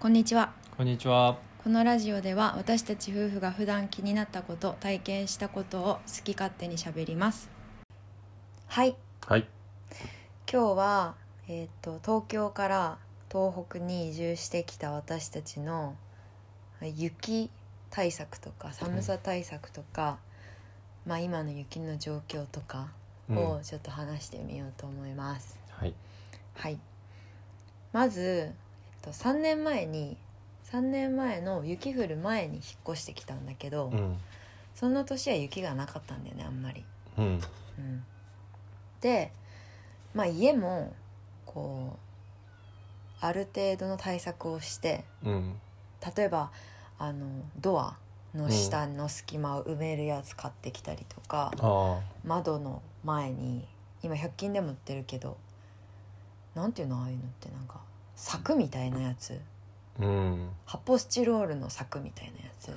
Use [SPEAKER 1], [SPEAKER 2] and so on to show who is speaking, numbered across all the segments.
[SPEAKER 1] こんにちは
[SPEAKER 2] こんにちは。
[SPEAKER 1] このラジオでは私たち夫婦が普段気になったこと体験したことを好き勝手にしゃべりますはい
[SPEAKER 2] はい。
[SPEAKER 1] 今日は、えー、と東京から東北に移住してきた私たちの雪対策とか寒さ対策とか、まあ、今の雪の状況とかをちょっと話してみようと思います、
[SPEAKER 2] はい。
[SPEAKER 1] はいまず、えっと、3年前に3年前の雪降る前に引っ越してきたんだけど、
[SPEAKER 2] うん。
[SPEAKER 1] その年は雪がなかったんだよねあんまり。
[SPEAKER 2] うん。
[SPEAKER 1] うん、で、まあ、家もこうある程度の対策をして
[SPEAKER 2] うん。
[SPEAKER 1] 例えばあのドアの下の隙間を埋めるやつ買ってきたりとか、
[SPEAKER 2] あ
[SPEAKER 1] 窓の前に今100均でも売ってるけどなんていうのああいうのってなんか柵みたいなやつ
[SPEAKER 2] あ。うん。
[SPEAKER 1] 発泡スチロールの柵みたいなやつ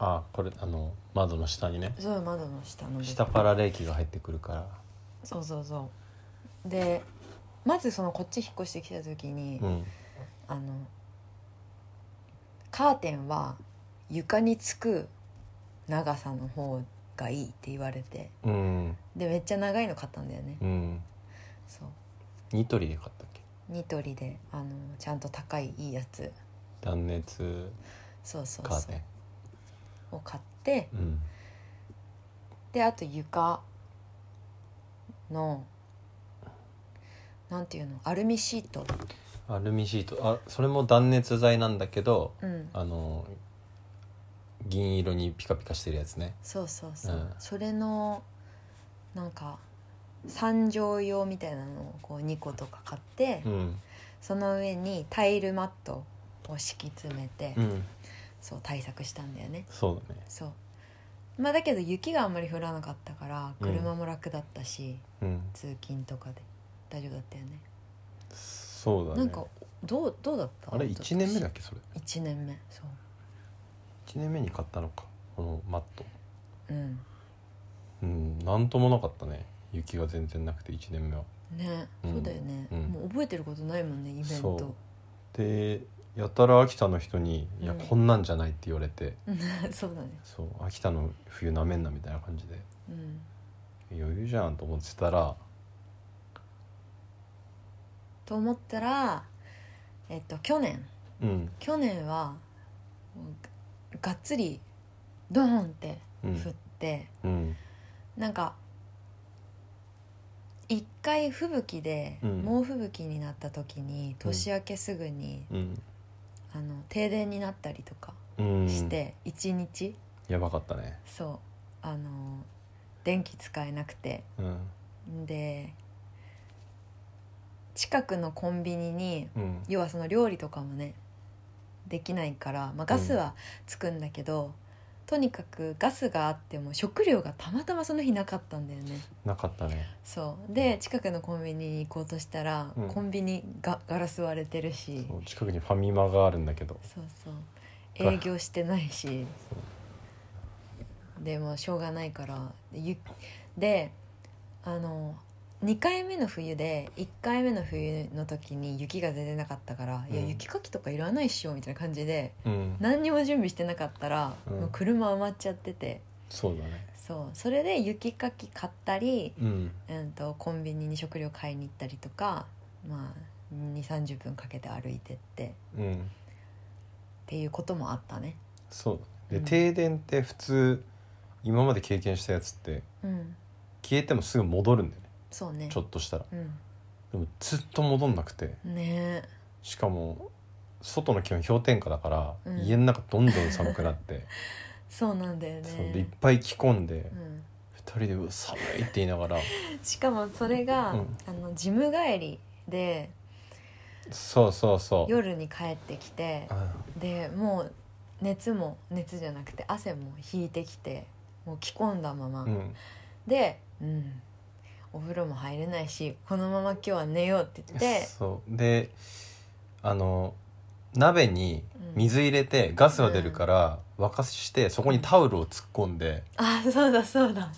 [SPEAKER 2] あこれあの窓の下にね。
[SPEAKER 1] そう窓の下の部分
[SPEAKER 2] 下から冷気が入ってくるから。
[SPEAKER 1] そうそうそうでまずそのこっち引っ越してきた時に、
[SPEAKER 2] うん。
[SPEAKER 1] あのカーテンは床につく長さの方がいいって言われて
[SPEAKER 2] うん。
[SPEAKER 1] でめっちゃ長いの買ったんだよね
[SPEAKER 2] うん。
[SPEAKER 1] そう
[SPEAKER 2] ニトリで買ったっけ？
[SPEAKER 1] ニトリであのちゃんと高いいいやつ
[SPEAKER 2] 断熱
[SPEAKER 1] そうそう
[SPEAKER 2] カー
[SPEAKER 1] そ
[SPEAKER 2] テ
[SPEAKER 1] うを買って
[SPEAKER 2] ン。うん。
[SPEAKER 1] であと床のなんていうのアルミシート
[SPEAKER 2] アルミシート。あそれも断熱材なんだけど、
[SPEAKER 1] うん
[SPEAKER 2] あの銀色にピカピカしてるやつね。
[SPEAKER 1] そうそうそう、
[SPEAKER 2] うん
[SPEAKER 1] それのなんか三畳用みたいなのをこう2個とか買って、
[SPEAKER 2] うん。
[SPEAKER 1] その上にタイルマットを敷き詰めて、
[SPEAKER 2] うん。
[SPEAKER 1] そう対策したんだよね
[SPEAKER 2] そうだね。
[SPEAKER 1] そうまあだけど雪があんまり降らなかったから
[SPEAKER 2] うん
[SPEAKER 1] 車も楽だったし、
[SPEAKER 2] うん。
[SPEAKER 1] 通勤とかで大丈夫だったよね
[SPEAKER 2] そうだね。
[SPEAKER 1] なんかどうどうだった
[SPEAKER 2] あれ一年目だっけそれ？
[SPEAKER 1] 1年目そう
[SPEAKER 2] 一年目に買ったのかこのマット。
[SPEAKER 1] うん
[SPEAKER 2] うん、なんともなかったね雪が全然なくて1年目は
[SPEAKER 1] ね、
[SPEAKER 2] うん
[SPEAKER 1] そうだよね、
[SPEAKER 2] うん
[SPEAKER 1] もう覚えてることないもんねイベン
[SPEAKER 2] そ
[SPEAKER 1] ト
[SPEAKER 2] でやたら秋田の人に「いや、
[SPEAKER 1] うん
[SPEAKER 2] こんなんじゃない」って言われて
[SPEAKER 1] そうだね
[SPEAKER 2] そう秋田の冬なめんなみたいな感じで
[SPEAKER 1] うん
[SPEAKER 2] 余裕じゃんと思ってたら
[SPEAKER 1] と思ったらえっと去年
[SPEAKER 2] うん
[SPEAKER 1] 去年はもうががっつりドーンって
[SPEAKER 2] う
[SPEAKER 1] 降っ
[SPEAKER 2] ん
[SPEAKER 1] て、
[SPEAKER 2] うん
[SPEAKER 1] なんか一回吹雪で
[SPEAKER 2] うん
[SPEAKER 1] 猛吹雪になった時に、年明けすぐに
[SPEAKER 2] うん
[SPEAKER 1] あの停電になったりとか
[SPEAKER 2] うん
[SPEAKER 1] して、一日
[SPEAKER 2] やばかったね
[SPEAKER 1] そうあの電気使えなくて
[SPEAKER 2] うん
[SPEAKER 1] で近くのコンビニに
[SPEAKER 2] うん
[SPEAKER 1] 要はその料理とかもねできないから、まあ、ガスはつくんだけど、とにかくガスがあっても食料がたまたまその日なかったんだよね
[SPEAKER 2] なかったね
[SPEAKER 1] そうで近くのコンビニに行こうとしたら、
[SPEAKER 2] うん
[SPEAKER 1] コンビニがガラス割れてるし
[SPEAKER 2] そう近くにファミマがあるんだけど
[SPEAKER 1] そうそう営業してないしでもしょうがないからでゆであの2回目の冬で1回目の冬の時に雪が全然なかったから「いや
[SPEAKER 2] うん
[SPEAKER 1] 雪かきとかいらないっしょ」みたいな感じで
[SPEAKER 2] うん
[SPEAKER 1] 何にも準備してなかったら、
[SPEAKER 2] うん
[SPEAKER 1] もう車埋まっちゃってて
[SPEAKER 2] そうだね
[SPEAKER 1] そうそれで雪かき買ったり、
[SPEAKER 2] うん
[SPEAKER 1] うん、とコンビニに食料買いに行ったりとか、まあ、2 3 0分かけて歩いてってっ
[SPEAKER 2] うん
[SPEAKER 1] ていうこともあったね。
[SPEAKER 2] そうだねで、
[SPEAKER 1] うん
[SPEAKER 2] 停電って普通今まで経験したやつって
[SPEAKER 1] うん、
[SPEAKER 2] 消えてもすぐ戻るんだよね
[SPEAKER 1] そうね
[SPEAKER 2] ちょっとしたら
[SPEAKER 1] う
[SPEAKER 2] でもずっと戻んなくて
[SPEAKER 1] ん、ね
[SPEAKER 2] しかも外の気温氷点下だから、
[SPEAKER 1] うん
[SPEAKER 2] 家の中どんどん寒くなって
[SPEAKER 1] えそうなんだよね
[SPEAKER 2] そうでいっぱい着込んで、
[SPEAKER 1] うん、
[SPEAKER 2] 二人で「うわ寒い」って言いながら
[SPEAKER 1] しかもそれが、
[SPEAKER 2] うん
[SPEAKER 1] あのジム帰りで
[SPEAKER 2] そうそうそう
[SPEAKER 1] 夜に帰ってきて
[SPEAKER 2] あ
[SPEAKER 1] でもう熱も熱じゃなくて汗も引いてきてもう着込んだまま、
[SPEAKER 2] うん
[SPEAKER 1] で、うん、お風呂も入れないしこのまま今日は寝ようって言って
[SPEAKER 2] そうであの鍋に
[SPEAKER 1] うん
[SPEAKER 2] 水入れてガスが出るから沸かしてそこにタオルを突っ込 んで、
[SPEAKER 1] あそうだそうだ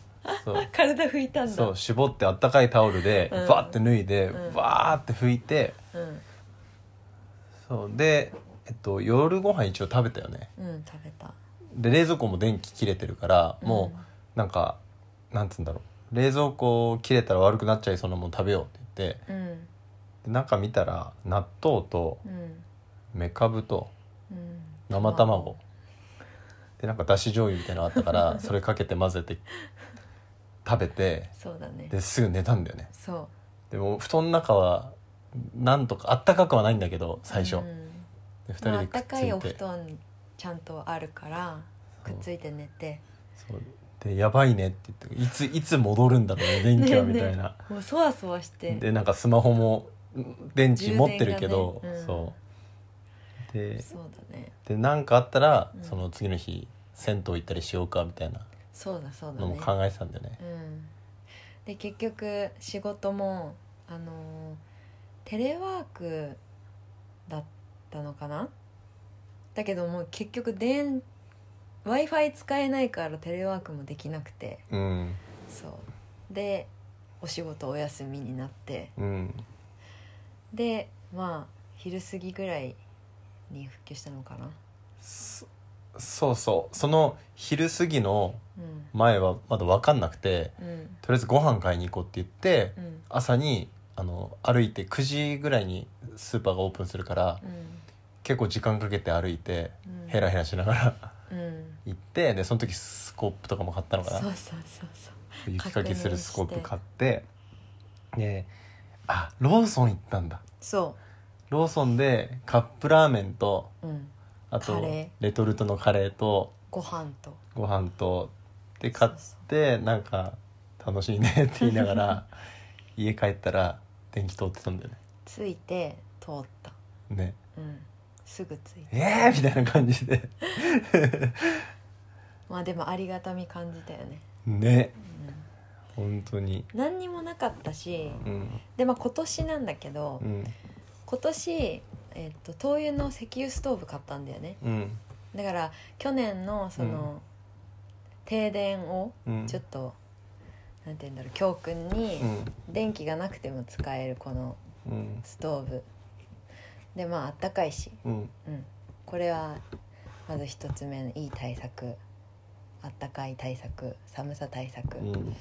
[SPEAKER 2] そう
[SPEAKER 1] 体拭いたんだ
[SPEAKER 2] そう絞ってあったかいタオルで
[SPEAKER 1] うん
[SPEAKER 2] バッて脱いで
[SPEAKER 1] うん
[SPEAKER 2] バーって拭いて
[SPEAKER 1] うん
[SPEAKER 2] そうで、えっと、夜ご飯一応食べたよね
[SPEAKER 1] うん食べた
[SPEAKER 2] で冷蔵庫も電気切れてるからもうなんか、なんつうんだろう冷蔵庫切れたら悪くなっちゃいそうなもの食べようって言って
[SPEAKER 1] うん
[SPEAKER 2] で中見たら納豆と
[SPEAKER 1] うん
[SPEAKER 2] めかぶと
[SPEAKER 1] うん
[SPEAKER 2] 生卵でなんかだし醤油みたいなのあったから それかけて混ぜて食べて
[SPEAKER 1] そうだね
[SPEAKER 2] ですぐ寝たんだよね
[SPEAKER 1] そう
[SPEAKER 2] でも布団の中はなんとかあったかくはないんだけど最初、
[SPEAKER 1] うん
[SPEAKER 2] で2人
[SPEAKER 1] まああ
[SPEAKER 2] で
[SPEAKER 1] っ
[SPEAKER 2] くったつ
[SPEAKER 1] かいお
[SPEAKER 2] い
[SPEAKER 1] 布
[SPEAKER 2] て
[SPEAKER 1] 団ちゃんとあるからくっついて寝て
[SPEAKER 2] そうで「やばいね」って言って「いついつ戻るんだろうね電気は」
[SPEAKER 1] ねえねえ
[SPEAKER 2] みたいな、
[SPEAKER 1] もうそわそわして
[SPEAKER 2] でなんかスマホもん電池持ってるけど、
[SPEAKER 1] 充電がねうん
[SPEAKER 2] そうで
[SPEAKER 1] そうだね
[SPEAKER 2] でなんかあったら、
[SPEAKER 1] うん
[SPEAKER 2] その次の日銭湯行ったりしようかみたいな
[SPEAKER 1] そうだそうだ
[SPEAKER 2] のも
[SPEAKER 1] ね
[SPEAKER 2] 考えてたんだよね
[SPEAKER 1] うんで結局仕事もあのーテレワークだったのかなだけどもう結局電 w i f i 使えないからテレワークもできなくて
[SPEAKER 2] うん
[SPEAKER 1] そうでお仕事お休みになって
[SPEAKER 2] うん
[SPEAKER 1] でまあ昼過ぎぐらいに復旧したのかな
[SPEAKER 2] そそうそうその昼過ぎの
[SPEAKER 1] うん
[SPEAKER 2] 前はまだ分かんなくて
[SPEAKER 1] うん
[SPEAKER 2] とりあえずご飯買いに行こうって言って
[SPEAKER 1] うん
[SPEAKER 2] 朝にあの歩いて9時ぐらいにスーパーがオープンするから
[SPEAKER 1] う
[SPEAKER 2] 結構時間かけて歩いて
[SPEAKER 1] んうん
[SPEAKER 2] ヘラヘラしながら
[SPEAKER 1] うん
[SPEAKER 2] 行ってでその時スコープとかも買ったの
[SPEAKER 1] そう
[SPEAKER 2] かな
[SPEAKER 1] そうそうそう
[SPEAKER 2] 雪かきするスコープ買
[SPEAKER 1] 確
[SPEAKER 2] ってであローソン行ったんだ
[SPEAKER 1] そ
[SPEAKER 2] ローソンでカップラーメンと
[SPEAKER 1] ううん
[SPEAKER 2] あと
[SPEAKER 1] カレ
[SPEAKER 2] レトルトのカレーと
[SPEAKER 1] ご飯と
[SPEAKER 2] ご飯とで買っ
[SPEAKER 1] そうそう
[SPEAKER 2] てなんか楽し いねって言いながら家帰ったら電気通ってたんだよね
[SPEAKER 1] ついて通った
[SPEAKER 2] ね
[SPEAKER 1] うんすぐついて
[SPEAKER 2] えー、みたいな感じで
[SPEAKER 1] まあでもありがたみ感じたよね、
[SPEAKER 2] ね
[SPEAKER 1] う
[SPEAKER 2] 本当に
[SPEAKER 1] ん、何にもなかったし
[SPEAKER 2] うん
[SPEAKER 1] でまあ今年なんだけど
[SPEAKER 2] うん
[SPEAKER 1] 今年えっと灯油の石油ストーブ買ったんだよね
[SPEAKER 2] うん
[SPEAKER 1] だから去年のその、停電を
[SPEAKER 2] うん
[SPEAKER 1] ちょっと、なんて言うんだろう教訓に
[SPEAKER 2] うん
[SPEAKER 1] 電気がなくても使えるこの
[SPEAKER 2] うん
[SPEAKER 1] ストーブでまああったかいし
[SPEAKER 2] うん
[SPEAKER 1] うん、これはまず一つ目のいい対策あったかい対策寒さ対策、
[SPEAKER 2] うん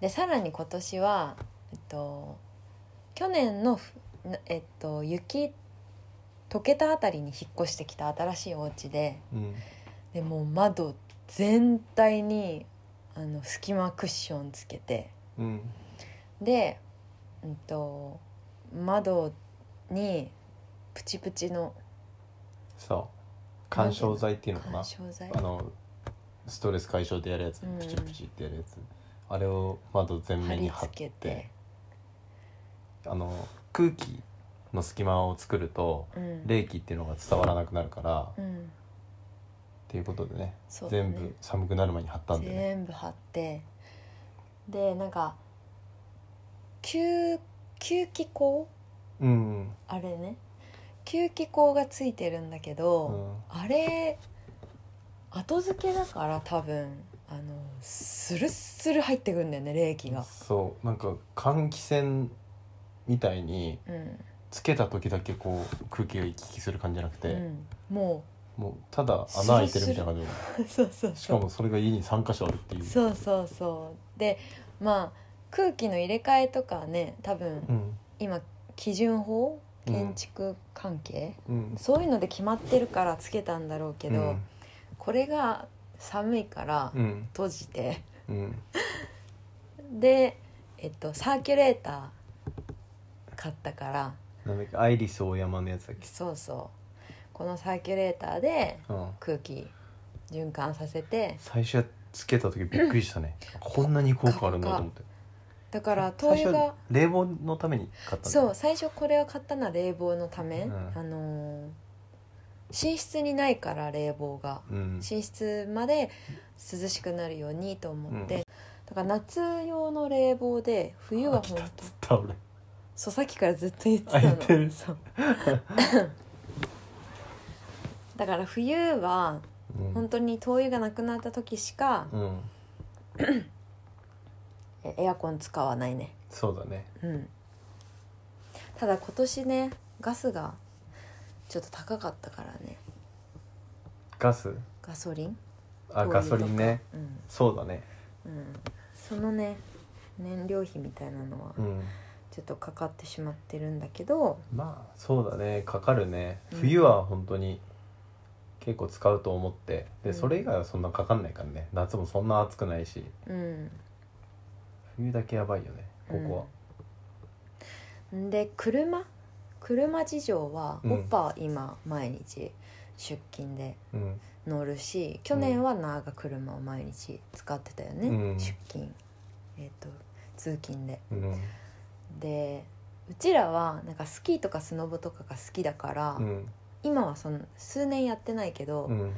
[SPEAKER 1] でさらに今年は、えっと、去年のふ、なえっと、雪溶けたあたりに引っ越してきた新しいお家で
[SPEAKER 2] うん
[SPEAKER 1] でもう窓全体にあの隙間クッションつけて
[SPEAKER 2] うん
[SPEAKER 1] で、うん、と窓にプチプチの
[SPEAKER 2] そう緩衝材っていうのかな
[SPEAKER 1] 緩衝材
[SPEAKER 2] あのストレス解消でやるやつ
[SPEAKER 1] うん
[SPEAKER 2] プチプチってやるやつあれを窓全
[SPEAKER 1] 貼
[SPEAKER 2] 面に
[SPEAKER 1] り
[SPEAKER 2] 貼っ
[SPEAKER 1] 付
[SPEAKER 2] て
[SPEAKER 1] けて。
[SPEAKER 2] あの空気の隙間を作ると
[SPEAKER 1] うん
[SPEAKER 2] 冷気っていうのが伝わらなくなるから、っ
[SPEAKER 1] うん
[SPEAKER 2] ていうことでね
[SPEAKER 1] そうだね
[SPEAKER 2] 全部寒くなる前に貼ったんでね
[SPEAKER 1] 全部貼ってでなんか吸吸気口
[SPEAKER 2] うん
[SPEAKER 1] あれね吸気口がついてるんだけ
[SPEAKER 2] う
[SPEAKER 1] ど、
[SPEAKER 2] ん
[SPEAKER 1] あれ後付けだから多分あのスルッスル入ってくんだよね冷気が。
[SPEAKER 2] そうなんか換気扇みたいに
[SPEAKER 1] うん
[SPEAKER 2] つけた時だけこう空気が行き来する感じじゃなく
[SPEAKER 1] う
[SPEAKER 2] て、
[SPEAKER 1] ん、も
[SPEAKER 2] もうただ穴開いてるみたいな感じ
[SPEAKER 1] う そうそう
[SPEAKER 2] でしか
[SPEAKER 1] そ
[SPEAKER 2] もそれが家に3箇所あるっていうう
[SPEAKER 1] そうそうそうでまあ空気の入れ替えとかはね多分
[SPEAKER 2] うん
[SPEAKER 1] 今基準法
[SPEAKER 2] うん
[SPEAKER 1] 建築関係、
[SPEAKER 2] うん
[SPEAKER 1] そういうので決まってるからつけたんだろうけど、これが寒いから
[SPEAKER 2] うん
[SPEAKER 1] 閉じて、
[SPEAKER 2] うん
[SPEAKER 1] で、えっと、サーキュレーター買ったから
[SPEAKER 2] なんだっけアイリスオーヤマのやつだっけ
[SPEAKER 1] そうそうこのサーキュレーターで
[SPEAKER 2] うん
[SPEAKER 1] 空気循環させて
[SPEAKER 2] 最初つけた時びっくりしたねこんなに効果あるんだと思って
[SPEAKER 1] だから灯
[SPEAKER 2] 最
[SPEAKER 1] 油
[SPEAKER 2] 初
[SPEAKER 1] が
[SPEAKER 2] 冷房のために買ったんだ
[SPEAKER 1] そう最初これを買ったのは冷房のため、
[SPEAKER 2] うん
[SPEAKER 1] あのー寝室にないから冷房が。
[SPEAKER 2] うん
[SPEAKER 1] 寝室まで涼しくなるようにと思って、
[SPEAKER 2] うん
[SPEAKER 1] だから夏用の冷房で冬は
[SPEAKER 2] 飽き
[SPEAKER 1] 本
[SPEAKER 2] たっ
[SPEAKER 1] 当
[SPEAKER 2] つった俺
[SPEAKER 1] そうさっきからずっと言ってた
[SPEAKER 2] あ言
[SPEAKER 1] の
[SPEAKER 2] ってる
[SPEAKER 1] そうだから冬は本当に灯油がなくなった時しか
[SPEAKER 2] うん、うん、
[SPEAKER 1] えエアコン使わないね
[SPEAKER 2] そうだね
[SPEAKER 1] うんただ今年ねガスがちちょっと高かったからね
[SPEAKER 2] ガス
[SPEAKER 1] ガソリン灯
[SPEAKER 2] あ
[SPEAKER 1] 油
[SPEAKER 2] ガ
[SPEAKER 1] と
[SPEAKER 2] ソ
[SPEAKER 1] か
[SPEAKER 2] リンね
[SPEAKER 1] うん
[SPEAKER 2] そうだね
[SPEAKER 1] うんそのね燃料費みたいなのは
[SPEAKER 2] うん
[SPEAKER 1] ちょっとかかってしまってるんだけど、
[SPEAKER 2] まあそうだねかかるね
[SPEAKER 1] うん
[SPEAKER 2] 冬は本当に結構使うと思って
[SPEAKER 1] う
[SPEAKER 2] で
[SPEAKER 1] ん
[SPEAKER 2] それ以外はそんなかかんないからね夏もそんな暑くないし
[SPEAKER 1] うん、
[SPEAKER 2] 冬だけやばいよねここは、
[SPEAKER 1] で車車事情は、
[SPEAKER 2] うん
[SPEAKER 1] オッパは今毎日出勤で
[SPEAKER 2] うん
[SPEAKER 1] 乗るし去年はなあが車を毎日使ってたよね、
[SPEAKER 2] うん
[SPEAKER 1] 出勤、えー、と通勤で
[SPEAKER 2] うん
[SPEAKER 1] でうちらはなんかスキーとかスノボとかが好きだから、
[SPEAKER 2] うん
[SPEAKER 1] 今はその数年やってないけど、
[SPEAKER 2] うん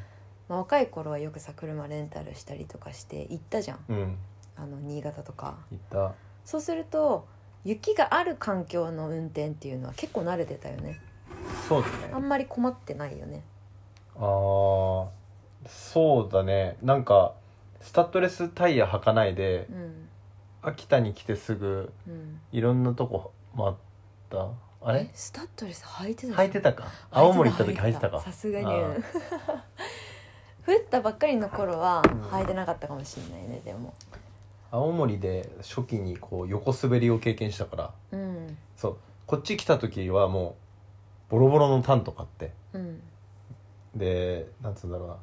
[SPEAKER 1] まあ、若い頃はよくさ車レンタルしたりとかして行ったじゃん
[SPEAKER 2] うん
[SPEAKER 1] あの新潟とか
[SPEAKER 2] いった
[SPEAKER 1] そうすると雪がある環境の運転っていうのは結構慣れてたよね
[SPEAKER 2] そうだ
[SPEAKER 1] あ
[SPEAKER 2] ね
[SPEAKER 1] んまり困ってないよね
[SPEAKER 2] あーそうだねなんかスタッドレスタイヤ履かないで
[SPEAKER 1] うん
[SPEAKER 2] 秋田に来てすぐ
[SPEAKER 1] うん
[SPEAKER 2] いろんなとこ回ったあれ
[SPEAKER 1] えスタッドレス履いてた
[SPEAKER 2] 履いてたか青森行った時履いてたか
[SPEAKER 1] さすがに
[SPEAKER 2] あー
[SPEAKER 1] 降ったばっかりの頃は
[SPEAKER 2] ん
[SPEAKER 1] 履いてなかったかもしれないねでも
[SPEAKER 2] 青森で初期にこう横滑りを経験したから
[SPEAKER 1] うん
[SPEAKER 2] そうこっち来た時はもうボロボロのタンとかって
[SPEAKER 1] うん
[SPEAKER 2] でなんつうんだろうな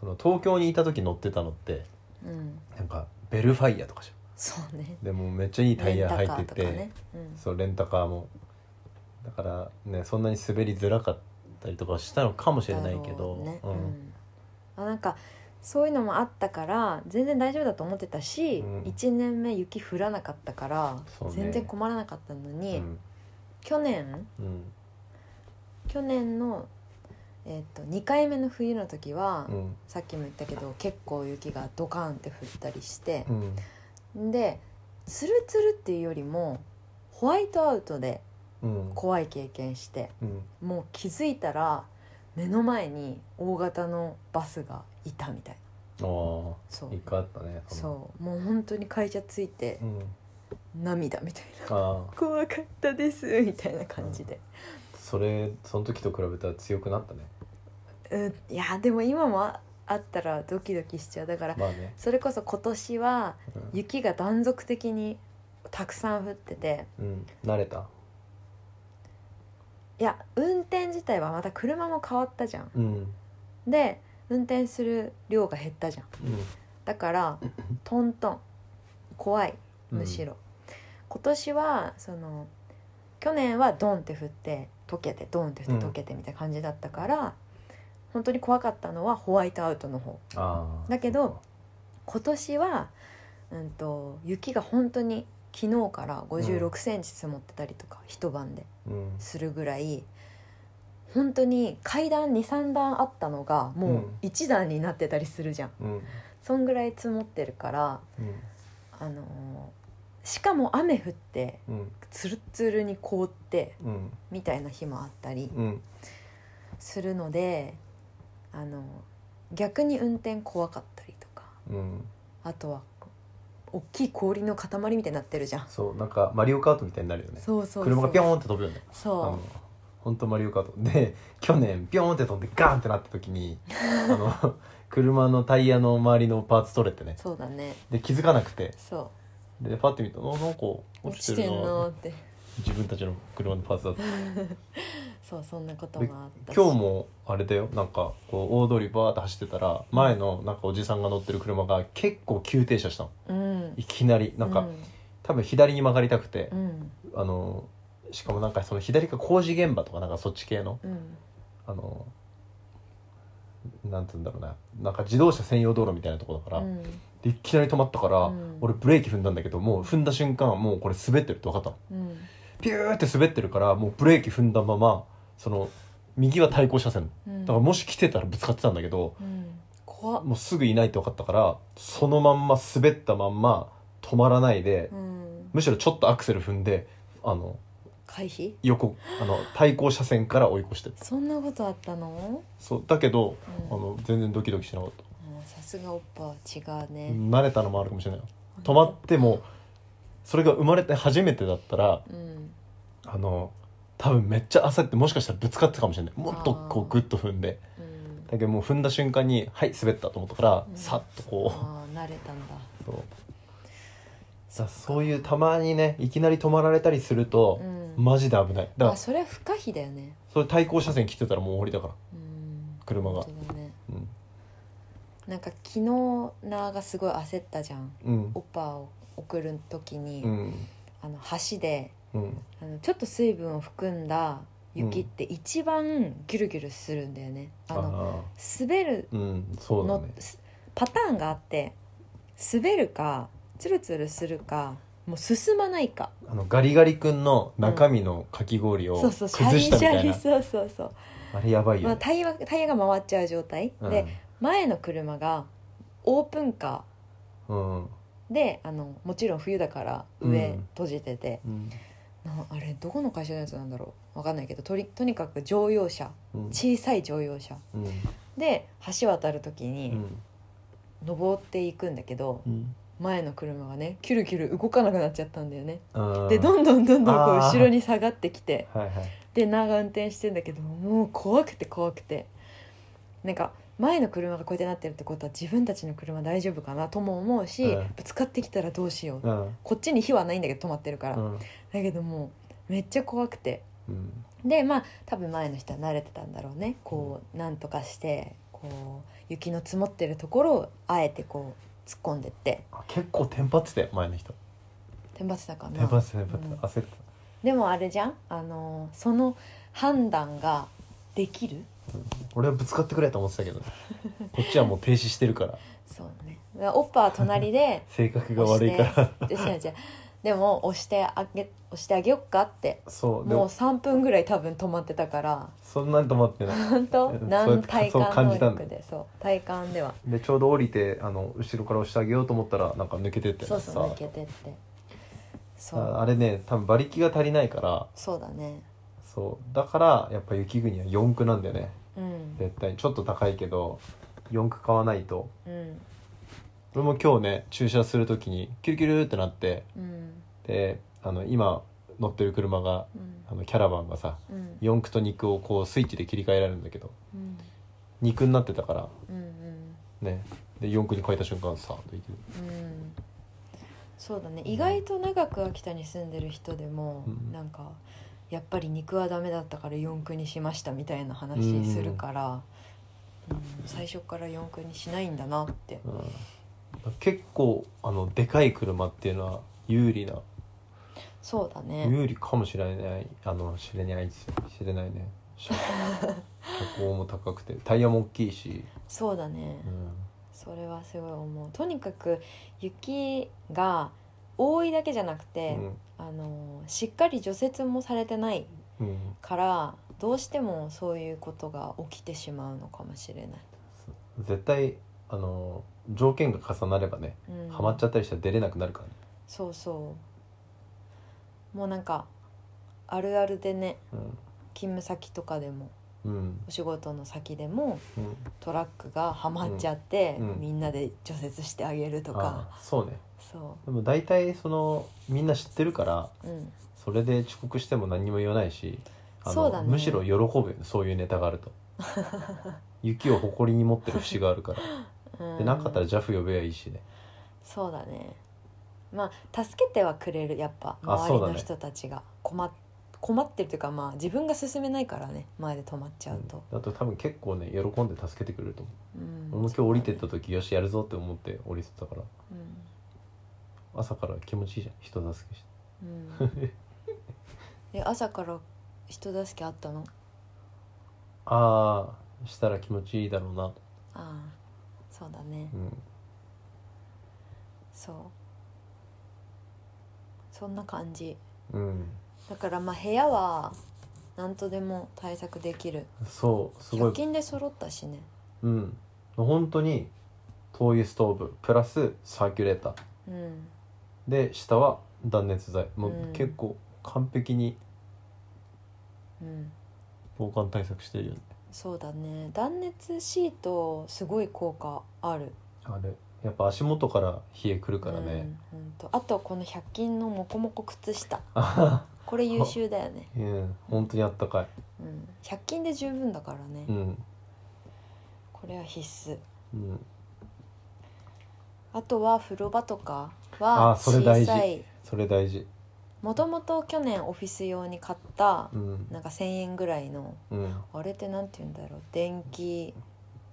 [SPEAKER 2] その東京にいた時乗ってたのって
[SPEAKER 1] うん
[SPEAKER 2] なんかベルファイヤとかじ
[SPEAKER 1] そうね
[SPEAKER 2] ゃんでもうめっちゃいいタイヤ入ってて、
[SPEAKER 1] レンタカーとかねうん
[SPEAKER 2] そうレンタカーもだからねそんなに滑りづらかったりとかしたのかもしれないけ
[SPEAKER 1] だろ
[SPEAKER 2] ど
[SPEAKER 1] うね
[SPEAKER 2] う
[SPEAKER 1] うんんあなんかそういうのもあったから全然大丈夫だと思ってたし、
[SPEAKER 2] うん
[SPEAKER 1] 1年目雪降らなかったから、
[SPEAKER 2] そうね
[SPEAKER 1] 全然困らなかったの
[SPEAKER 2] う
[SPEAKER 1] に、
[SPEAKER 2] ん
[SPEAKER 1] 去年
[SPEAKER 2] うん
[SPEAKER 1] 去年の、えっと2回目の冬の時は、
[SPEAKER 2] うん
[SPEAKER 1] さっきも言ったけど結構雪がドカンって降ったりして
[SPEAKER 2] う、ん
[SPEAKER 1] でツルツルっていうよりもホワイトアウトで
[SPEAKER 2] うん
[SPEAKER 1] 怖い経験して
[SPEAKER 2] うん
[SPEAKER 1] もう気づいたら目の前に大型のバスがいたみたいな
[SPEAKER 2] あ
[SPEAKER 1] そ
[SPEAKER 2] あ
[SPEAKER 1] う
[SPEAKER 2] 一回あったねう
[SPEAKER 1] そうもう本当に会社ついて
[SPEAKER 2] うん
[SPEAKER 1] 涙みたいな
[SPEAKER 2] ああ
[SPEAKER 1] 怖かったですみたいな感じで、
[SPEAKER 2] それその時と比べたら強くなったね
[SPEAKER 1] うん、いやでも今もああったらドキドキしちゃうだから
[SPEAKER 2] まあね、
[SPEAKER 1] それこそ今年は
[SPEAKER 2] うん
[SPEAKER 1] 雪が断続的にたくさん降ってて
[SPEAKER 2] うん、慣れた
[SPEAKER 1] いや運転自体はまた車も変わったじゃん
[SPEAKER 2] うんうん
[SPEAKER 1] で運転する量が減ったじゃんだからトントン怖い
[SPEAKER 2] うん
[SPEAKER 1] むしろ、今年はその去年はドンって降って溶けてドンって降って溶けてみたいな感じだったから、本当に怖かったのはホワイトアウトの方
[SPEAKER 2] ああ
[SPEAKER 1] だけど今年は、うん、と雪が本当に昨日から5 6センチ積もってたりとか、一晩で
[SPEAKER 2] うん
[SPEAKER 1] するぐらい本当に階段23段あったのがも
[SPEAKER 2] ん
[SPEAKER 1] う1段になってたりするじゃん、
[SPEAKER 2] うん
[SPEAKER 1] そんぐらい積もってるから
[SPEAKER 2] うん
[SPEAKER 1] あのーしかも雨降って
[SPEAKER 2] うん
[SPEAKER 1] ツルッツルに凍って
[SPEAKER 2] うん
[SPEAKER 1] みたいな日もあったり
[SPEAKER 2] うん
[SPEAKER 1] するのであの逆に運転怖かったりとか
[SPEAKER 2] うん
[SPEAKER 1] あとは大きい氷の塊みたいになってるじゃん。
[SPEAKER 2] そうなんかマリオカートみたいになるよね
[SPEAKER 1] そうそうそう
[SPEAKER 2] 車がピョーンって飛ぶよねあ
[SPEAKER 1] そ
[SPEAKER 2] の本当マリオカートで去年ピョーンって飛んでガーンってなった 時にあの車のタイヤの周りのパーツ取れてね
[SPEAKER 1] うそうだね
[SPEAKER 2] で気づかなくて
[SPEAKER 1] そ
[SPEAKER 2] でパッて見たらあなんか
[SPEAKER 1] う
[SPEAKER 2] 落
[SPEAKER 1] 落
[SPEAKER 2] ち
[SPEAKER 1] ち
[SPEAKER 2] て
[SPEAKER 1] て
[SPEAKER 2] る
[SPEAKER 1] ん
[SPEAKER 2] な
[SPEAKER 1] のって
[SPEAKER 2] 自分たちの車のパーツだった
[SPEAKER 1] そうそんなこと
[SPEAKER 2] で
[SPEAKER 1] もあったし
[SPEAKER 2] 今日もあれだよなんかこう大通りバーって走ってたら前のなんかおじさんが乗ってる車が結構急停車したの
[SPEAKER 1] うん
[SPEAKER 2] いきなりなんか、
[SPEAKER 1] うん
[SPEAKER 2] 多分左に曲がりたくて
[SPEAKER 1] う、ん
[SPEAKER 2] あのしかもなんかその左が工事現場とかなんかそっち系の
[SPEAKER 1] うん
[SPEAKER 2] あのなんて言うんだろうななんか自動車専用道路みたいなとこだから、
[SPEAKER 1] うん
[SPEAKER 2] でいきなり止まったから、
[SPEAKER 1] うん
[SPEAKER 2] 俺ブレーキ踏んだんだけどもう踏んだ瞬間もうこれ滑ってるって分かったの
[SPEAKER 1] うん
[SPEAKER 2] ピューって滑ってるからもうブレーキ踏んだままその右は対向車線
[SPEAKER 1] うん
[SPEAKER 2] だからもし来てたらぶつかってたんだけど、
[SPEAKER 1] うん怖っ
[SPEAKER 2] もうすぐいないって分かったからそのまんま滑ったまんま止まらないで、
[SPEAKER 1] うん
[SPEAKER 2] むしろちょっとアクセル踏んであの
[SPEAKER 1] 回避
[SPEAKER 2] 横あの対向車線から追い越してった
[SPEAKER 1] そんなことあったの、
[SPEAKER 2] そうだけど、
[SPEAKER 1] うん
[SPEAKER 2] あの全然ドキドキしなかった、
[SPEAKER 1] うんさすがおっぱは違うね、
[SPEAKER 2] 慣れたのもあるかもしれないよ止まってもそれが生まれて初めてだったら
[SPEAKER 1] うん
[SPEAKER 2] あの多分めっちゃ焦ってもしかしたらぶつかってたかもしれないもっと
[SPEAKER 1] あ
[SPEAKER 2] こ
[SPEAKER 1] ー
[SPEAKER 2] うグッと踏んで
[SPEAKER 1] うん
[SPEAKER 2] だけどもう踏んだ瞬間にはい滑ったと思ったから、
[SPEAKER 1] うん
[SPEAKER 2] さっとこう
[SPEAKER 1] ああ慣れたんだ
[SPEAKER 2] そうだからそういうたまにねいきなり止まられたりすると
[SPEAKER 1] う、ん、
[SPEAKER 2] マジで危ないだか
[SPEAKER 1] あ
[SPEAKER 2] ら
[SPEAKER 1] それは不可避だよね
[SPEAKER 2] それ対向車線来てたらもう終わりだから
[SPEAKER 1] うん
[SPEAKER 2] 車が
[SPEAKER 1] 本当だね
[SPEAKER 2] うん、
[SPEAKER 1] なんか昨日ながすごい焦ったじゃん
[SPEAKER 2] うん
[SPEAKER 1] オッパーを送る時に、
[SPEAKER 2] うん
[SPEAKER 1] あの橋で
[SPEAKER 2] うん
[SPEAKER 1] あのちょっと水分を含んだ雪って一番ギュルギュルするんだよね、あの
[SPEAKER 2] あ
[SPEAKER 1] 滑る
[SPEAKER 2] ーうんそうだ
[SPEAKER 1] の、
[SPEAKER 2] ね
[SPEAKER 1] すパターンがあって滑るかツルツルするかもう進まないか
[SPEAKER 2] あのガリガリ君の中身のかき氷を
[SPEAKER 1] そうそう
[SPEAKER 2] 崩
[SPEAKER 1] シャリ
[SPEAKER 2] し
[SPEAKER 1] シ
[SPEAKER 2] たみたいな、
[SPEAKER 1] ャリそうそうそう、
[SPEAKER 2] あれやばいよ
[SPEAKER 1] まあ、
[SPEAKER 2] ね、
[SPEAKER 1] タイヤタイヤが回っちゃう状態、で前の車がオープンカ
[SPEAKER 2] うん、うん
[SPEAKER 1] ーであのもちろん冬だから上
[SPEAKER 2] うん
[SPEAKER 1] 閉じてて、
[SPEAKER 2] うん
[SPEAKER 1] なあれどこの会社のやつなんだろうわかんないけどとりとにかく乗用車
[SPEAKER 2] うん
[SPEAKER 1] 小さい乗用車
[SPEAKER 2] うん
[SPEAKER 1] で橋渡る時
[SPEAKER 2] う
[SPEAKER 1] に
[SPEAKER 2] ん
[SPEAKER 1] 登っていくんだけど、
[SPEAKER 2] うん
[SPEAKER 1] 前の車がねキュルキュル動かなくなっちゃったんだよね
[SPEAKER 2] あー
[SPEAKER 1] でどんどんどんどんこう
[SPEAKER 2] あー
[SPEAKER 1] 後ろに下がってきて
[SPEAKER 2] はいはい
[SPEAKER 1] で長運転してんだけどもう怖くて怖くてなんか前の車がこうやってなってるってことは自分たちの車大丈夫かなとも思うし、
[SPEAKER 2] うん
[SPEAKER 1] ぶつかってきたらどうしよう、
[SPEAKER 2] うん
[SPEAKER 1] こっちに火はないんだけど止まってるから、
[SPEAKER 2] う
[SPEAKER 1] だ
[SPEAKER 2] ん
[SPEAKER 1] けどもうめっちゃ怖くて
[SPEAKER 2] うん
[SPEAKER 1] でまあ多分前の人は慣れてたんだろうねこうなんとかしてこう雪の積もってるところをあえてこう突っ込んでって
[SPEAKER 2] あ結構テンパってたよ前の人
[SPEAKER 1] 天罰だか
[SPEAKER 2] テ
[SPEAKER 1] な
[SPEAKER 2] ンパってたテンパってた、
[SPEAKER 1] うん
[SPEAKER 2] 焦って
[SPEAKER 1] でもあれじゃんあのその判断ができる
[SPEAKER 2] た、うん俺はぶつかってくれと思ってたけど こっちはもう停止してるから
[SPEAKER 1] そうねだからオッパーは隣 で
[SPEAKER 2] 性格が悪いから
[SPEAKER 1] で違う違うでも押してあげ押してあげよっかって
[SPEAKER 2] そうで
[SPEAKER 1] もう
[SPEAKER 2] も
[SPEAKER 1] 3分ぐらい多分止まってた から
[SPEAKER 2] そんなに止まってない
[SPEAKER 1] 本当
[SPEAKER 2] うんそう
[SPEAKER 1] 何体
[SPEAKER 2] そう感
[SPEAKER 1] 感能
[SPEAKER 2] じたんだ
[SPEAKER 1] 力でそう体感では
[SPEAKER 2] でちょうど降りてあの後ろから押してあげようと思ったらなんか抜けてって
[SPEAKER 1] そうそう抜けてってそう
[SPEAKER 2] ああれね多分馬力が足りないから
[SPEAKER 1] そうだね
[SPEAKER 2] そうだからやっぱ雪国は四駆なんだよね
[SPEAKER 1] うん
[SPEAKER 2] 絶対ちょっと高いけど四駆買わないと
[SPEAKER 1] うん
[SPEAKER 2] 俺も今日ね駐車する時にキュルキュルってなって
[SPEAKER 1] うん
[SPEAKER 2] であの今乗ってる車が
[SPEAKER 1] うん
[SPEAKER 2] あのキャラバンがさ
[SPEAKER 1] うん
[SPEAKER 2] 四駆と肉をこうスイッチで切り替えられるんだけど
[SPEAKER 1] うん
[SPEAKER 2] 肉になってたから
[SPEAKER 1] うんうん
[SPEAKER 2] ねで四駆に変えた瞬間さーっといける
[SPEAKER 1] うんそうだね意外と長く秋田に住んでる人でも、
[SPEAKER 2] うん
[SPEAKER 1] なんかやっぱり肉はダメだったから四駆にしましたみたいな話するから、うん最初から四駆にしないんだなって
[SPEAKER 2] うん、結構あのでかい車っていうのは有利な
[SPEAKER 1] そうだね
[SPEAKER 2] 有利かもしれないあの知れないですよ知れないね車車高も高くてタイヤも大きいし、
[SPEAKER 1] そうだね
[SPEAKER 2] うん、
[SPEAKER 1] それはすごい思うとにかく雪が多いだけじゃなくて、あのしっかり除雪もされてない
[SPEAKER 2] うん、うん、
[SPEAKER 1] からどうしてもそういうことが起きてしまうのかもしれない。
[SPEAKER 2] 絶対あの条件が重なればね
[SPEAKER 1] うん、
[SPEAKER 2] ハマっちゃったりしたら出れなくなるからね、
[SPEAKER 1] そうそうもうなんかあるあるでね勤務先とかでも
[SPEAKER 2] うんうん
[SPEAKER 1] お仕事の先でも
[SPEAKER 2] うん
[SPEAKER 1] トラックがハマっちゃって、
[SPEAKER 2] うんうん
[SPEAKER 1] みんなで除雪してあげるとか
[SPEAKER 2] あーそうね
[SPEAKER 1] そ
[SPEAKER 2] でも大体そのみんな知ってるから
[SPEAKER 1] う、うん、
[SPEAKER 2] それで遅刻しても何にも言わないしあの
[SPEAKER 1] そうだね
[SPEAKER 2] むしろ喜ぶよねそういうネタがあると 雪を誇りに持ってる節があるから
[SPEAKER 1] うん
[SPEAKER 2] でなかったら JAF 呼べばいいしね
[SPEAKER 1] そうだねまあ助けてはくれるやっぱ
[SPEAKER 2] あ
[SPEAKER 1] 周り
[SPEAKER 2] そうだ
[SPEAKER 1] の
[SPEAKER 2] ね
[SPEAKER 1] 人たちが困っ困ってるというかまあ自分が進めないからね前で止まっちゃうと、
[SPEAKER 2] うんあと多分結構ね喜んで助けてくれると思
[SPEAKER 1] うん
[SPEAKER 2] う、俺も今日降りてった時よしやるぞって思って降りてたから
[SPEAKER 1] うん
[SPEAKER 2] 朝から気持ちいいじゃん人助けして
[SPEAKER 1] うん、 え朝から人助けあったの
[SPEAKER 2] ああしたら気持ちいいだろうな
[SPEAKER 1] ああそうだね
[SPEAKER 2] うん
[SPEAKER 1] そうそんな感じ
[SPEAKER 2] うん
[SPEAKER 1] だからまあ部屋は何とでも対策できる
[SPEAKER 2] そうすご
[SPEAKER 1] 100
[SPEAKER 2] い
[SPEAKER 1] 均で揃ったしね
[SPEAKER 2] うん本当に灯油ストーブプラスサーキュレーター
[SPEAKER 1] うん
[SPEAKER 2] で下は断熱材も
[SPEAKER 1] う
[SPEAKER 2] うん結構完璧に
[SPEAKER 1] うん
[SPEAKER 2] 防寒対策してるよね
[SPEAKER 1] そうだね断熱シートすごい効果ある
[SPEAKER 2] あれやっぱ足元から冷えくるからね、
[SPEAKER 1] うん、ほんとあとこの100均のモコモコ靴下
[SPEAKER 2] あはは
[SPEAKER 1] これ優秀だよね、
[SPEAKER 2] うん本当にあったかい
[SPEAKER 1] うん、100均で十分だからね、
[SPEAKER 2] うん
[SPEAKER 1] これは必須
[SPEAKER 2] うん
[SPEAKER 1] あとは風呂場とか
[SPEAKER 2] あ
[SPEAKER 1] は
[SPEAKER 2] それ大
[SPEAKER 1] 小
[SPEAKER 2] 事
[SPEAKER 1] さい
[SPEAKER 2] それ大事
[SPEAKER 1] もともと去年オフィス用に買った
[SPEAKER 2] うん
[SPEAKER 1] なんか1,000円ぐらいの
[SPEAKER 2] うん
[SPEAKER 1] あれってなんて言うんだろう電気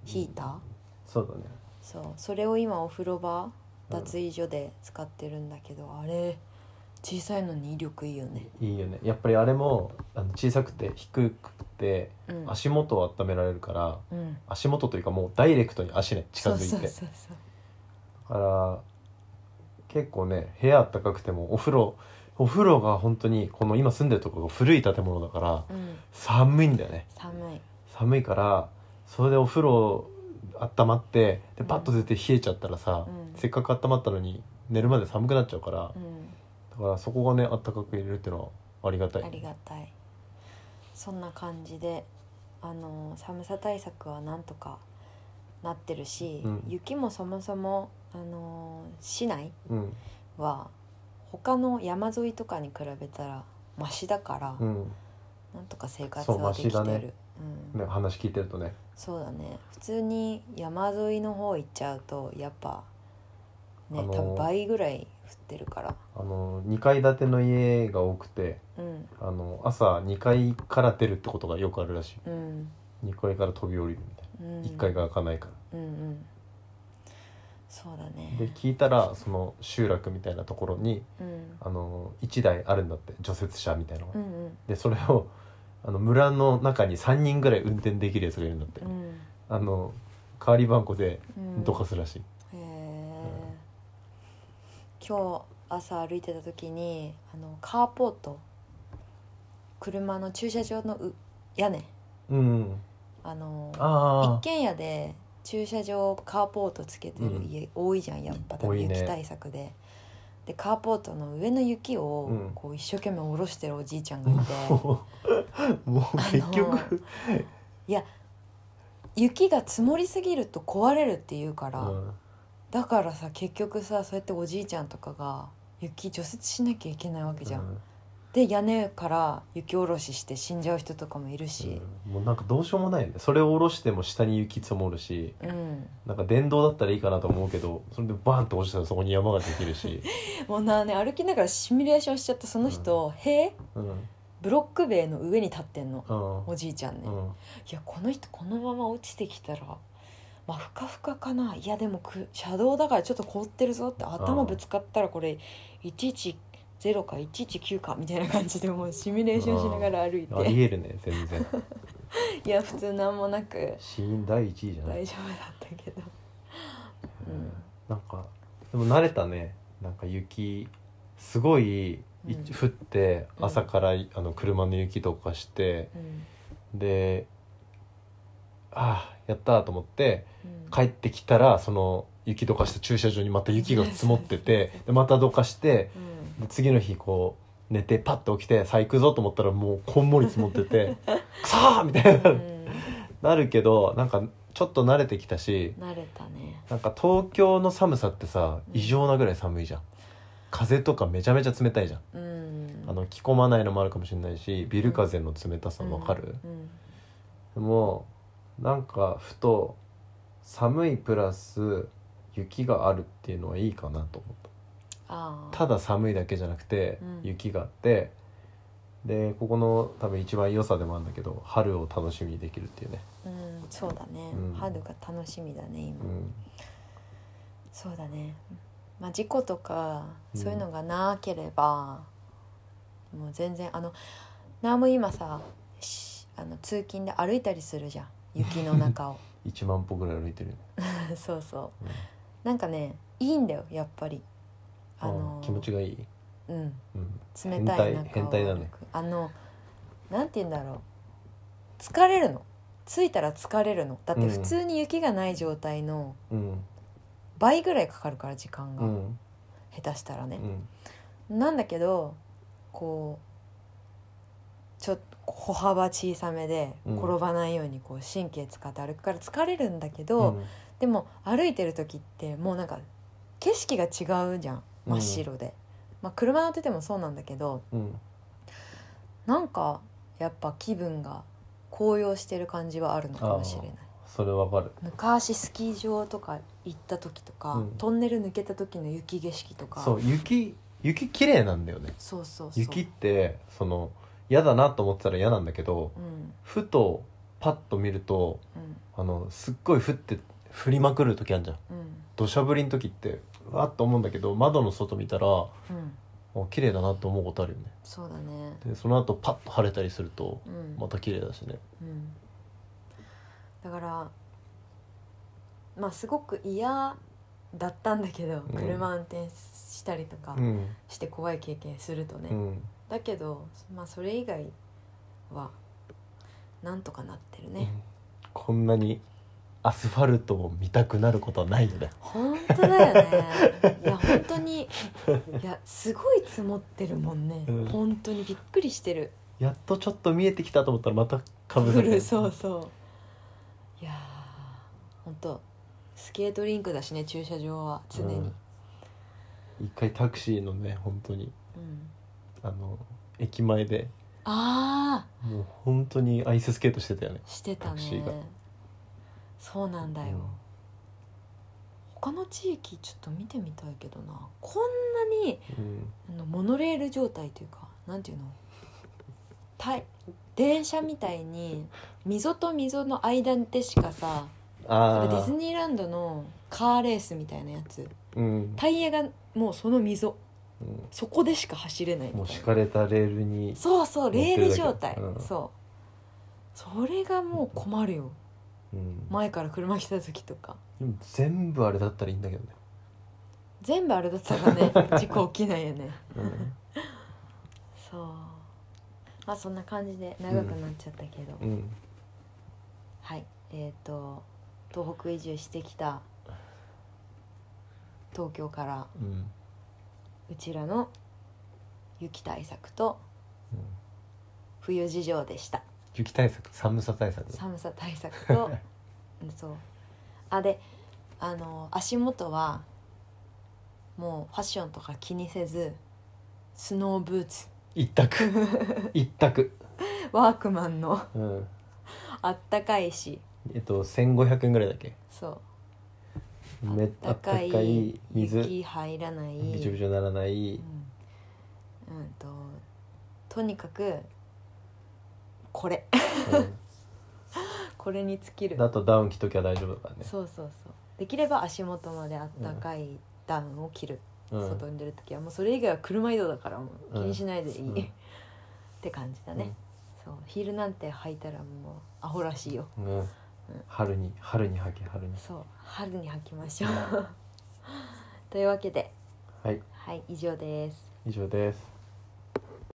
[SPEAKER 1] ヒーター
[SPEAKER 2] そうだね
[SPEAKER 1] そうそれを今お風呂場
[SPEAKER 2] うん
[SPEAKER 1] 脱衣所で使ってるんだけど、あれ小さいのに威力いいよね、
[SPEAKER 2] いいよねやっぱりあれもあの小さくて低くて
[SPEAKER 1] うん、
[SPEAKER 2] 足元を温められるから
[SPEAKER 1] うん
[SPEAKER 2] 足元というかもうダイレクトに足ね近づいて
[SPEAKER 1] そうそうそうそう
[SPEAKER 2] だから結構ね部屋暖かくてもお風呂お風呂が本当にこの今住んでるところが古い建物だから
[SPEAKER 1] うん、
[SPEAKER 2] 寒いんだよね
[SPEAKER 1] 寒い
[SPEAKER 2] 寒いからそれでお風呂温まってでパッと出て冷えちゃったらさ、
[SPEAKER 1] うん
[SPEAKER 2] せっかく温まったのに寝るまで寒くなっちゃうから
[SPEAKER 1] う、ん
[SPEAKER 2] だからそこがね暖かくいれるっていうのはありがたい
[SPEAKER 1] ありがたいそんな感じであの寒さ対策はなんとかなってるし、
[SPEAKER 2] うん
[SPEAKER 1] 雪もそもそもあの市内
[SPEAKER 2] うん
[SPEAKER 1] は他の山沿いとかに比べたらマシだから、
[SPEAKER 2] うん
[SPEAKER 1] なんとか生活
[SPEAKER 2] そう
[SPEAKER 1] は
[SPEAKER 2] マ
[SPEAKER 1] できて
[SPEAKER 2] シだ
[SPEAKER 1] る、
[SPEAKER 2] ね
[SPEAKER 1] うん
[SPEAKER 2] ね話聞いてるとね
[SPEAKER 1] そうだね普通に山沿いの方行っちゃうとやっぱね、
[SPEAKER 2] あのー
[SPEAKER 1] 多分倍ぐらい降ってるから
[SPEAKER 2] あの2階建ての家が多くて
[SPEAKER 1] うん
[SPEAKER 2] あの朝2階から出るってことがよくあるらし
[SPEAKER 1] うん
[SPEAKER 2] い2階から飛び降りるみたいな。
[SPEAKER 1] うん
[SPEAKER 2] 1階が開かないか
[SPEAKER 1] うんうんそうだね
[SPEAKER 2] らで聞いたらその集落みたいなところに
[SPEAKER 1] うん
[SPEAKER 2] あの1台あるんだって除雪車みたいなのが、
[SPEAKER 1] うんうん
[SPEAKER 2] でそれをあの村の中に3人ぐらい運転できるやつがいるんだって、
[SPEAKER 1] うん
[SPEAKER 2] あの代わりばんこで
[SPEAKER 1] うん
[SPEAKER 2] どかすらしい、
[SPEAKER 1] へえ今日朝歩いてた時にあのカーポート車の駐車場のう屋根
[SPEAKER 2] うん
[SPEAKER 1] あの一
[SPEAKER 2] ああ
[SPEAKER 1] 軒家で駐車場カーポートつけてる家多いじゃんやっぱ多
[SPEAKER 2] 多
[SPEAKER 1] 分
[SPEAKER 2] いね
[SPEAKER 1] 雪対策で、でカーポートの上の雪を
[SPEAKER 2] うん
[SPEAKER 1] こう一生懸命下ろしてるおじいちゃんがいて、
[SPEAKER 2] もう もう結
[SPEAKER 1] あの
[SPEAKER 2] 局、
[SPEAKER 1] 雪が積もりすぎると壊れるっていうから、
[SPEAKER 2] うん
[SPEAKER 1] だからさ結局さそうやっておじいちゃんとかが雪除雪しなきゃいけないわけじゃん、
[SPEAKER 2] うん
[SPEAKER 1] で屋根から雪下ろしして死んじゃう人とかもいるし
[SPEAKER 2] うんもうなんかどうしようもないよねそれを下ろしても下に雪積もるし
[SPEAKER 1] うん、
[SPEAKER 2] なんか電動だったらいいかなと思うけどそれでバーンと落ちたらそこに山ができる し、
[SPEAKER 1] もうなね歩きながらシミュレーションしちゃったその人、塀
[SPEAKER 2] うん
[SPEAKER 1] ブロック塀の上に立ってんの
[SPEAKER 2] うん
[SPEAKER 1] おじいちゃんね、い
[SPEAKER 2] うん、
[SPEAKER 1] やこの人このまま落ちてきたらまあふかふかかないやでもく車道だからちょっと凍ってるぞって頭ぶつかったらこれ110か119かみたいな感じでもうシミュレーションしながら歩い
[SPEAKER 2] あ
[SPEAKER 1] て
[SPEAKER 2] りえるね全然
[SPEAKER 1] いや普通なんもなく
[SPEAKER 2] 死因第一位じゃない、
[SPEAKER 1] 大丈夫だったけど
[SPEAKER 2] うんなんかでも慣れたねなんか雪すごい、い
[SPEAKER 1] うん
[SPEAKER 2] 降って
[SPEAKER 1] うん
[SPEAKER 2] 朝から、あの車の雪とかして
[SPEAKER 1] うん
[SPEAKER 2] でああやったーと思って
[SPEAKER 1] うん
[SPEAKER 2] 帰ってきたらその雪どかした駐車場にまた雪が積もっててでまたどかして
[SPEAKER 1] うん
[SPEAKER 2] で次の日こう寝てパッと起きてさあ行くぞと思ったらもうこんもり積もって て「くそー!」みたいになるなるけどなんかちょっと慣れてきたし
[SPEAKER 1] うん慣れたね
[SPEAKER 2] なんか東京の寒さってさ
[SPEAKER 1] うん
[SPEAKER 2] 異常なぐらい寒いじゃん風とかめちゃめちゃ冷たいじゃん、
[SPEAKER 1] うん
[SPEAKER 2] あの着込まないのもあるかもしれないしビル風の冷たさわかる、
[SPEAKER 1] うん
[SPEAKER 2] でもなんかふと寒いプラス雪があるっていうのはいいかなと思った
[SPEAKER 1] ああ
[SPEAKER 2] ただ寒いだけじゃなくて
[SPEAKER 1] うん
[SPEAKER 2] 雪があって、でここの多分一番良さでもあるんだけど春を楽しみにできるっていうね、
[SPEAKER 1] うんそうだね、
[SPEAKER 2] うん
[SPEAKER 1] 春が楽しみだね今、
[SPEAKER 2] うん、
[SPEAKER 1] そうだね、まあ、事故とか
[SPEAKER 2] うん
[SPEAKER 1] そういうのがなければ、もう全然あの何も今さしあの通勤で歩いたりするじゃん雪の中 を
[SPEAKER 2] 1万歩ぐらい歩いてるよね、
[SPEAKER 1] そうそう
[SPEAKER 2] うん
[SPEAKER 1] なんかねいいんだよやっぱりあの
[SPEAKER 2] うん気持ちがいい、
[SPEAKER 1] うん
[SPEAKER 2] うん、
[SPEAKER 1] 冷たい中を歩
[SPEAKER 2] 変態
[SPEAKER 1] く
[SPEAKER 2] 変態だね
[SPEAKER 1] あのなんて言うんだろう疲れるの着いたら疲れるのだって普通に雪がない状態の
[SPEAKER 2] うん
[SPEAKER 1] 倍ぐらいかかるから時間が、
[SPEAKER 2] うん
[SPEAKER 1] 下手したらね
[SPEAKER 2] う、ん
[SPEAKER 1] なんだけどこうちょっと歩幅小さめで
[SPEAKER 2] うん
[SPEAKER 1] 転ばないようにこう神経使って歩くから疲れるんだけ
[SPEAKER 2] う
[SPEAKER 1] ど、
[SPEAKER 2] ん
[SPEAKER 1] でも歩いてる時ってもうなんか景色が違うじゃん真っ白で、まあ車乗っててもそうなんだけど
[SPEAKER 2] うん
[SPEAKER 1] なんかやっぱ気分が高揚してる感じはあるのかもしれない
[SPEAKER 2] それわかる
[SPEAKER 1] 昔スキー場とか行った時とか、
[SPEAKER 2] うん
[SPEAKER 1] トンネル抜けた時の雪景色とか
[SPEAKER 2] そう雪雪綺麗なんだよね
[SPEAKER 1] そうそうそう
[SPEAKER 2] 雪ってその嫌だなと思ってたら嫌なんだけど
[SPEAKER 1] うん
[SPEAKER 2] ふとパッと見ると
[SPEAKER 1] うん
[SPEAKER 2] あのすっごい降って降りまくる時あるじゃん
[SPEAKER 1] うん
[SPEAKER 2] 土砂降りの時ってうわっと思うんだけど窓の外見たらあ
[SPEAKER 1] うん
[SPEAKER 2] 綺麗だなと思うことあるよね
[SPEAKER 1] そうだね
[SPEAKER 2] でその後パッと晴れたりすると
[SPEAKER 1] うん、
[SPEAKER 2] また綺麗だしね
[SPEAKER 1] うん、だからまあすごく嫌だったんだけど、
[SPEAKER 2] うん
[SPEAKER 1] 車運転したりとか
[SPEAKER 2] うん
[SPEAKER 1] して怖い経験するとね、
[SPEAKER 2] うん
[SPEAKER 1] だけど、まあ、それ以外はなんとかなってるね、
[SPEAKER 2] こんなにアスファルトを見たくなることはないよね
[SPEAKER 1] 本当だよ ねいや本当にいやすごい積もってるもんね、
[SPEAKER 2] うん
[SPEAKER 1] 本当にびっくりしてる
[SPEAKER 2] やっとちょっと見えてきたと思ったらまたかぶ
[SPEAKER 1] 降
[SPEAKER 2] されて
[SPEAKER 1] る そうそういやー本当スケートリンクだしね駐車場は常に、
[SPEAKER 2] うん一回タクシーのね本当に
[SPEAKER 1] うん、
[SPEAKER 2] あの駅前で
[SPEAKER 1] あ
[SPEAKER 2] もう本当にアイススケートしてたよね
[SPEAKER 1] あしてた
[SPEAKER 2] タクシーが
[SPEAKER 1] ねそうなんだよ、他の地域ちょっと見てみたいけどなこんなに
[SPEAKER 2] うん
[SPEAKER 1] あのモノレール状態というかなんていうのたい電車みたいに溝と溝の間でしかさデ
[SPEAKER 2] ああ
[SPEAKER 1] ィズニーランドのカーレースみたいなやつ
[SPEAKER 2] うん、
[SPEAKER 1] タイヤがもうその溝
[SPEAKER 2] うん
[SPEAKER 1] そこでしか走れない
[SPEAKER 2] も
[SPEAKER 1] み
[SPEAKER 2] う
[SPEAKER 1] たい
[SPEAKER 2] 敷
[SPEAKER 1] な
[SPEAKER 2] かれたレールに
[SPEAKER 1] そうそうレール状態、
[SPEAKER 2] 乗ってるだけうん
[SPEAKER 1] そうそれがもう困るよ
[SPEAKER 2] うん
[SPEAKER 1] 前から車来た時とか
[SPEAKER 2] でも全部あれだったらいいんだけどね、
[SPEAKER 1] 全部あれだった らね事故起きないよねそうまあそんな感じで長くなっちゃったけど、
[SPEAKER 2] うん、うん、
[SPEAKER 1] はいえっ、と東北移住してきた東京から
[SPEAKER 2] うん、
[SPEAKER 1] うちらの雪対策と
[SPEAKER 2] うん
[SPEAKER 1] 冬事情でした
[SPEAKER 2] 雪対策寒さ対策
[SPEAKER 1] 寒さ対策とうんそうあであの足元はもうファッションとか気にせずスノーブーツ
[SPEAKER 2] 一 択一択
[SPEAKER 1] ワークマンの
[SPEAKER 2] うん
[SPEAKER 1] あったかいし
[SPEAKER 2] えっと1500円ぐらいだっけ
[SPEAKER 1] そう
[SPEAKER 2] め
[SPEAKER 1] あったか
[SPEAKER 2] あったかい
[SPEAKER 1] い
[SPEAKER 2] 水
[SPEAKER 1] 雪入らない
[SPEAKER 2] びちょびちょにならない
[SPEAKER 1] うん、うんととにかくこれ これに尽きる
[SPEAKER 2] だとダウン着ときゃ大丈夫だからね
[SPEAKER 1] そうそうそうできれば足元まであったかいダウンを着る、
[SPEAKER 2] うん
[SPEAKER 1] 外に出る時はもうそれ以外は車移動だからもう気にしないでいい、
[SPEAKER 2] うん
[SPEAKER 1] って感じだね、そうヒールなんて履いたらもうアホらしいよ
[SPEAKER 2] うんうん春に春に履け春に
[SPEAKER 1] そう春に履きましょう というわけで
[SPEAKER 2] はい
[SPEAKER 1] はい以上です
[SPEAKER 2] 以上です